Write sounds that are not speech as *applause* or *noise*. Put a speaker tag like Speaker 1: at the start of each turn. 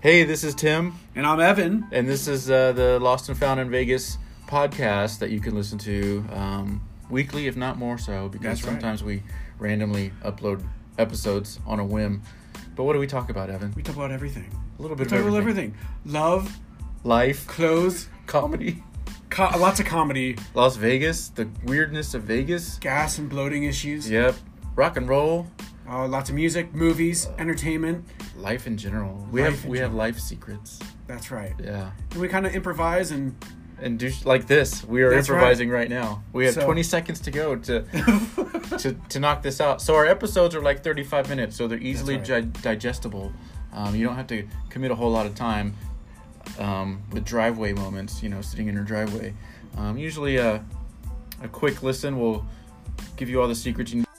Speaker 1: Hey, this is Tim,
Speaker 2: And I'm Evan.
Speaker 1: and this is uh, the Lost and Found in Vegas podcast that you can listen to um, weekly, if not more so, because
Speaker 2: That's right.
Speaker 1: sometimes we randomly upload episodes on a whim. But what do we talk about, Evan?
Speaker 2: We talk about everything.
Speaker 1: A little bit
Speaker 2: We
Speaker 1: of
Speaker 2: talk about
Speaker 1: everything.
Speaker 2: everything. Love,
Speaker 1: Life,
Speaker 2: clothes,
Speaker 1: comedy,
Speaker 2: co- lots of comedy,
Speaker 1: Las Vegas, the weirdness of Vegas.
Speaker 2: gas and bloating issues,
Speaker 1: Yep. Rock and roll,
Speaker 2: uh, lots of music, movies, entertainment.
Speaker 1: life in general. We
Speaker 2: Life
Speaker 1: have
Speaker 2: in
Speaker 1: we have life secrets.
Speaker 2: That's right.
Speaker 1: Yeah.
Speaker 2: And we kind of improvise and *laughs*
Speaker 1: And do like this. We are
Speaker 2: That's right.
Speaker 1: improvising right. now. We have
Speaker 2: So-
Speaker 1: 20 seconds to go to to, to knock this out. So our episodes are like 35 minutes, so they're easily
Speaker 2: right.
Speaker 1: di- digestible. Um, you don't have to commit a whole lot of time um, with driveway moments. You know, sitting in your driveway. Um, usually, uh, a quick listen will give you all the secrets you need.